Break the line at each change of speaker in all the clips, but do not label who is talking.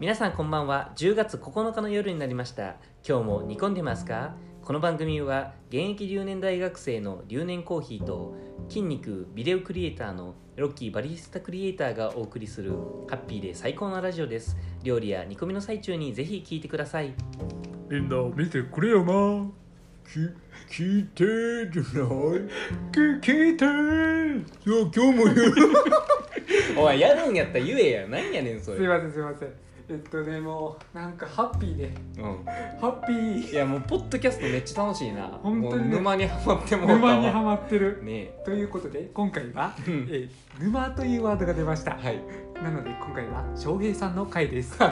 皆さんこんばんは10月9日の夜になりました今日も煮込んでますかこの番組は現役留年大学生の留年コーヒーと筋肉ビデオクリエイターのロッキーバリスタクリエイターがお送りするハッピーで最高なラジオです料理や煮込みの最中にぜひ聞いてください
みんな見てくれよなき聞いてじゃないき聞いていや今日も言う
おいやるんやったら言えや何やねんそ
すいませんすいませんえっとねもうなんかハッピーで
う
ハッピ
ん、
ー
いやもうポッドキャストめっちゃ楽しいな
本当に
もう
ね
沼にはまってもうたわ
沼にはまってる
ね
ということで今回は
え
「え沼」というワードが出ました、
はい
なので今回は翔平さんの回です
そう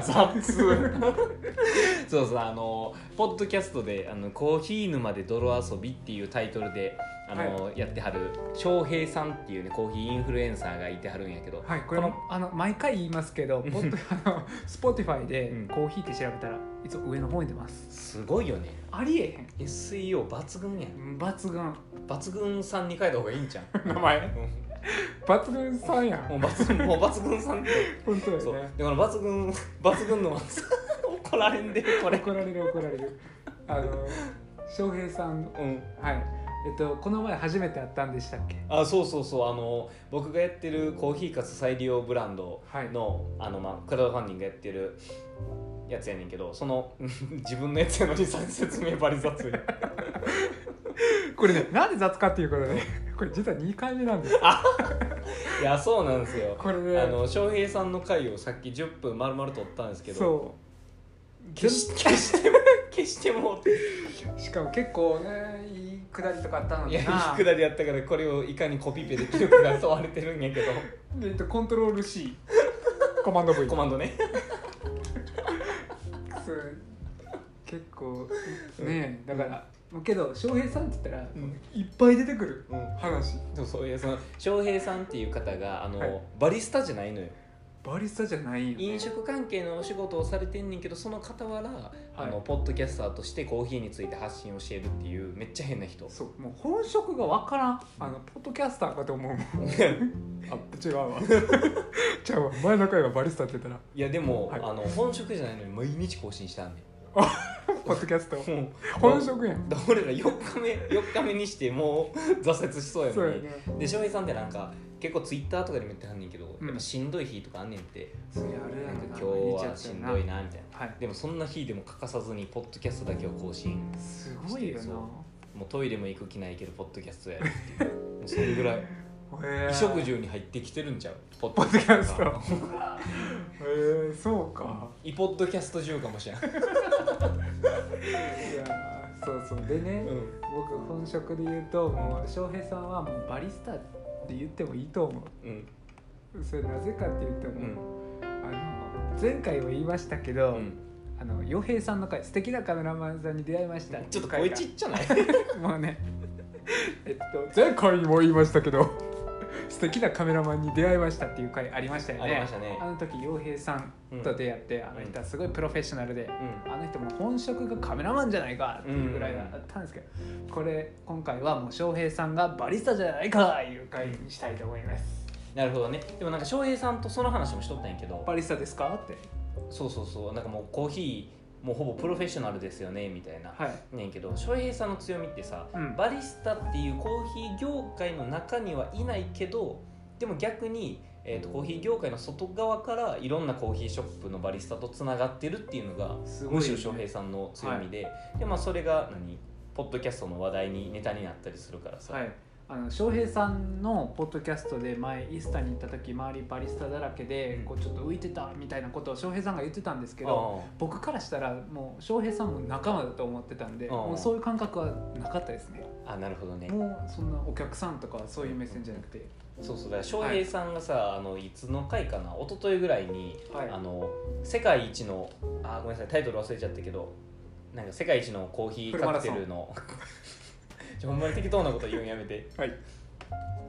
そうあのポッドキャストで「あのコーヒー沼で泥遊び」っていうタイトルであの、やってはる翔平さんっていうねコーヒーインフルエンサーがいてはるんやけど、
はいこれもあの毎回言いますけどポッドあの Spotify で
うん
コーヒーって調べたらいつも上の方に出ます
すごいよね
ありえ
SEO 抜群や
へ
ん
ん抜群
抜群さんに書いた方がいいんじゃん
名 前
うん
抜群さんやん
もう抜群もう抜群さんって
本当
そ
よ
う
ね
でこの抜群抜群の 怒られんでこれ
怒られる怒られるあの翔平さん
うん
はい。えっと、この前初めて会ったんでしたっけ。
あそうそうそうあの僕がやってるコーヒーかつ再利用ブランドの,、あのまあ、クラウドファンディングやってるやつやねんけどその 自分のやつやのにさ説明バリ雑 い
これね、なんで雑かっていうことね。これ実は2回目なんです。
いやそうなんですよ
これ
あ
ね。
の翔平さんの回をさっき10分丸々撮ったんですけど
そう。
消
全
し消しても 消しても って
しかも結構ね、いい下りとかあったの
い
で
やいい
な
く。だりやったからこれをいかにコピペできるかが問われてるんやけど
えっと、コントロール C。コマンド V
コ。マンドね
そう結構。ね、だから。けど、翔平さんって言ったら、
ん
いっぱい出てくる。
うん
話。
でもそういうその翔平さんっていう方があの、
はい
バリスタじゃないのよ
バリスタじゃないよ、ね。
飲食関係のお仕事をされてんねんけどその傍ら、あのポッドキャスターとしてコーヒーについて発信をしているっていうめっちゃ変な人
そう、もう本職がわからん。あの、ポッドキャスターかと思うもん。あ違う わ違うわ前の回はバリスタって言ったら
いやでも、
はい
あの本職じゃないのに毎日更新したんで
ポッドキャスト
もう
本職やん
だ俺ら4日目4日目にしてもう挫折しそうや
そう
の
や
に、
ね
で翔平さんってなんか結構ツイッターとかでも言ってはんねんけど、
うん
やっぱしんどい日とかあんねんって
それあれや
なん
ん
か
け
今
な
日はしんどい
な
なみたいな
はい
でもそんな日でも欠かさずにポッドキャストだけを更新
すごいよ
そ
な
もうトイレも行く気ないけどポッドキャストやるっていうもうそれぐらい
へえ
衣食住に入ってきてるんちゃうポ
ポッドキャスト
が
へえそうか
イポッドキャスト中かもしれない、
いやーそうそうでね、
うん、
僕本職で言うともう翔平さんはもうバリスタって言ってもいいと思
うん
うそれなぜかっていうと
う
もう、
ん
あの前回も言いましたけど、あの洋平さんの回素敵なカメラマンさんに出会いました
ちょっと
こ
声ちっちゃない
もうね、 えっと、前回も言いましたけど 素敵なカメラマンに出会いましたっていう回ありましたよね
ありましたね
あの時洋平さんと出会って、あの人はすごいプロフェッショナルで、あの人も本職がカメラマンじゃないかっていうぐらいだったんですけど、これ今回はもう翔平さんがバリスタじゃないかという回にしたいと思います、
なるほどねでもなんか翔平さんとその話もしとったんやけど
バリスタですかって
そうそうそうなんかもうコーヒーもうほぼプロフェッショナルですよねみたいな
はい
ねんけど翔平さんの強みってさ、
うん
バリスタっていうコーヒー業界の中にはいないけどでも逆に、えー、とコーヒー業界の外側からいろんなコーヒーショップのバリスタとつながってるっていうのが、
すごいね
むしろ翔平さんの強みで、でまあそれが何ポッドキャストの話題にネタになったりするからさ、
はい、あの翔平さんのポッドキャストで前イースタに行った時周りバリスタだらけで
うん
こうちょっと浮いてたみたいなことを翔平さんが言ってたんですけど
あ
僕からしたらもう翔平さんも仲間だと思ってたんで
ああ
もうそういう感覚はなかったですね
ああなるほどね
もうそんなお客さんとかはそういう目線じゃなくて
そうそうだから翔平さんがさ、い、あのいつの回かな一昨日ぐらいに、
はい
あの世界一のあーごめんなさいタイトル忘れちゃったけどなんか世界一のコーヒーカクテルのちょほんまに適当なこと言うんやめて
はい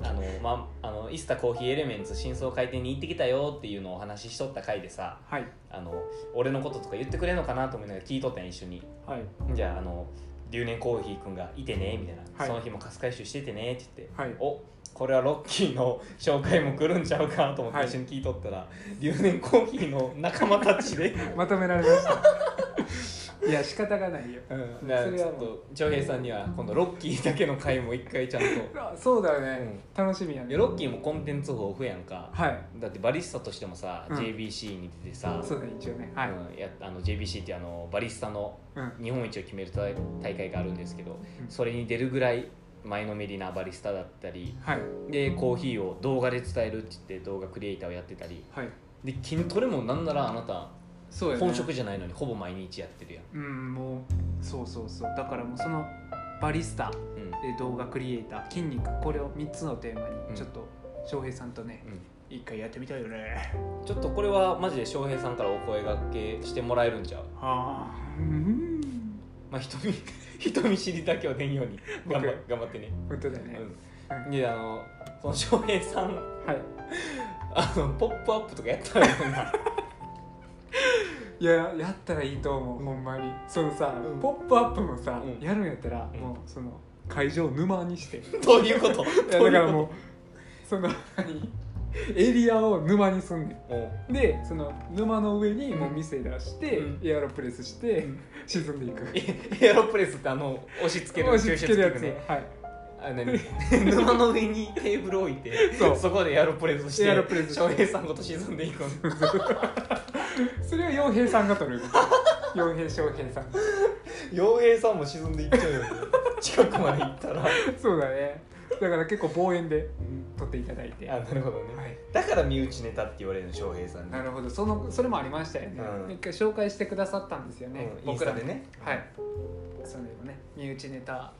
あの、まあ、あのイスタコーヒーエレメンツ真相回転に行ってきたよっていうのをお話ししとった回でさ
はい
あの俺のこととか言ってくれるのかなと思いながら聞いとったんや一緒に
はい
じゃああの留年コーヒーくんがいてねみたいな、
はい
その日もカス回収しててねって言って
はい
おこれはロッキーの紹介も来るんちゃうかなと思って
はい
一緒に聞いとったら、留年コーヒーの仲間たち で、
まとめられまし たいや仕方がないよ
うん、だからちょっと長平さんには今度ロッキーだけの回も一回ちゃんと
あそうだよね、楽しみや
い
ね
やロッキーもコンテンツ豊富やんか
はい
だってバリスタとしてもさ、
うん
JBC に出てさ、
そうだね一応ねはい、
うんやあの JBC ってあのバリスタの
うん
日本一を決める大大会があるんですけどそれに出るぐらい前のめりなバリスタだったり
はい
でコーヒーを動画で伝えるって言って動画クリエイターをやってたり
はい
で筋トレもなんならあなた
そうやね
本職じゃないのにほぼ毎日やってるやん、
うんもうそうそうそうだからもうそのバリスタ
うん
で動画クリエイター筋肉これを3つのテーマ
うん
にちょっと翔平さんとね
う
一回やってみたいよね
ん、ちょっとこれはマジで翔平さんからお声がけしてもらえるんちゃう
はあうん
まあ人見 人見知りだけは出んように頑張
OK
頑張ってね、
本当だよね、
うん、であのその翔平さん
はい
あのポップアップとかやったらいいのに な
いややったらいいと思う、ほんまにそのさ、
うん
ポップアップもさ、
うん
やるんやったら、
うん
もうその会場を沼にしてい
どういうこと
や
どう
だ
い
か
う
ら
こ
もうその何エリアを沼にすんねん
とも
でその沼の上にもう店出して、
うん
エアロプレスして、
うん
沈んでいく
う エエアロプレスってあの押し付ける
押し付けるや
注射
つ、
ね
はい
あ 何沼の上にテーブル置いて
そ
そうこでエアロプレスし
エア
て
ロプレスして
翔平さんごと沈んでいくの
それは洋平さんが取る洋平翔平さん
洋平さんも沈んでいっちゃうよ ね近くまで行ったらあ
そうだねだから結構望遠で取っていただいて
なるほどね、
はい
だから身内ネタって言われるの翔平さんに
なるほどそのそれもありましたよね、
うん
一回紹介してくださったんですよね、
うん
僕らも
インスタでね
はいそれもね身内ネタ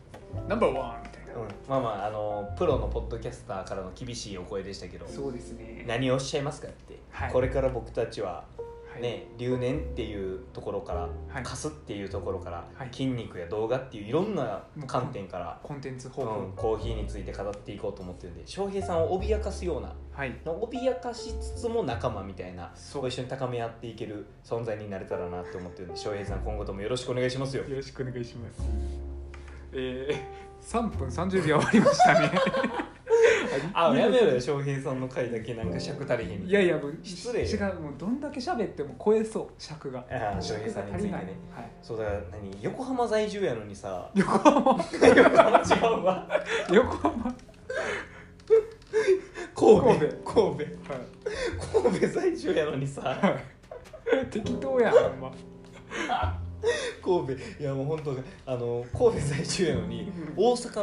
ナンバーワンみたいな、
うん、まあまああのプロのポッドキャスターからの厳しいお声でしたけど
そうですね
何をおっしゃいますかって、
はい
これから僕たちは
はい
ね、留年っていうところから、
はい
貸すっていうところから、
はい
筋肉や動画っていういろんな観点から、
コンテンツ
う
方
ん
法、
コーヒーについて語っていこうと思ってるんで翔平さんを脅かすような
はい
脅かしつつも仲間みたいな
そう
ご一緒に高め合っていける存在になれたらなって思ってるんで翔平さん今後ともよろしくお願いしますよ。
よろしくお願いしますえー、3分30秒終わりましたね
あやめろ よ翔平さんの回だけなんか尺足りへん
いやいやもう
失礼よ
違うもうどんだけ喋っても超えそう尺が
あー翔平さんについて
尺が足り
ね
ないはい
そうだから何横浜在住やのに さ
横浜
横浜違うわ
横浜
神戸神戸
はい
神戸在住やのにさ
適当やん、ほんま。
神戸いやもう本当あの神戸在住やのに大阪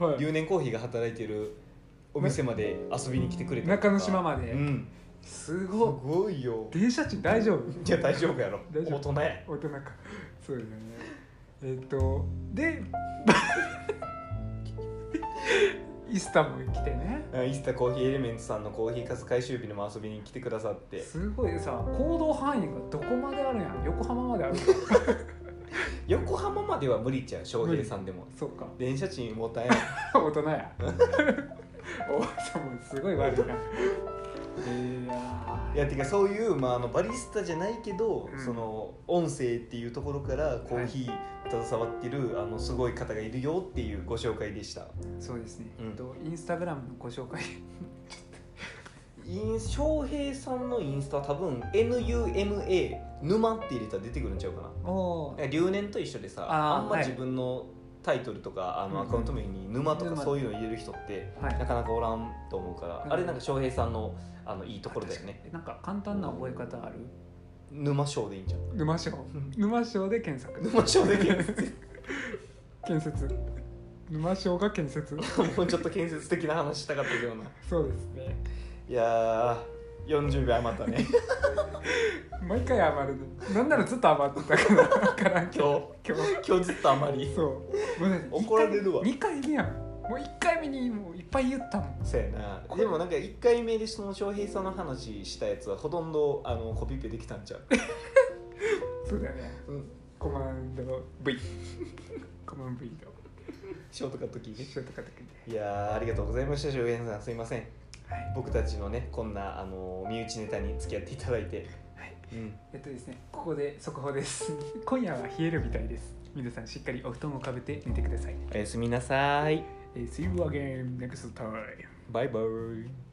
は
の
い
留年コーヒーが働いてるお店まで遊びに来てくれたりとか
中之島まで
うん
す
す
ご
ごいよ
い。電車賃大丈夫
いや大丈夫やろ
大丈夫
大人や
大人か。そうだよね。えっ、と、で、イスタンブル来てね。
イスタコーヒーエレメンツさんのコーヒーかす回収日にも遊びに来てくださって
すごいさ、行動範囲がどこまであるやん。横浜まであ るか。
横浜までは無理ちゃう翔平さんでも
そうか。
電車賃もったいない
大人 や。おさもうすごい悪いな。いや
いやてかそういう、まあ、あのバリスタじゃないけど、
うん
その音声っていうところからコーヒー携わってる、あのすごい方がいるよっていうご紹介でした
ーそうですね。
うん
えっと、インスタグラムのご紹介。
イン翔平さんのインスタは多分 NUMA 沼って入れたら出てくるんちゃうか
おお
な留年と一緒でさ
あ
あ
ー
んま
はい
自分のタイトルとか、あのア
うん
カウント名に沼とか
沼
そういうの入れる人って、
はい
なかなかおらんと思うから、
うん
あれなんか翔平さんのあのいいところだよね
えなんか簡単な覚え方ある
沼翔でいいんじゃん
沼省沼省で検索
沼翔で検索
建設沼省が建設
もうちょっと建設的な話したかったけどな
そうですね
いやー40秒余った ね
毎回余るねなんならずっと余って たから分からんけど
今
今日
日今日ずっと余り
そうもうね
怒られるわ
2回目やんもう1回目にもういっぱい言ったもん
そうやなでもなんか1回目でその翔平さんの話したやつはほとんどあのコピペできたんちゃう、
そうだよね
うん、
コマンド V コマンド V と
ショートカット聞いて
一緒とかだけで
いやーありがとうございました翔平さんすいません
はい
僕たちのねこんなあの身内ネタに付き合っていただいて
はい
うん
えっとですね、ここで速報です。 今夜は冷えるみたいです。皆さんしっかりお布団をかぶって寝てください。
おやすみなさーい
Eh, See you again next time.
バイバイ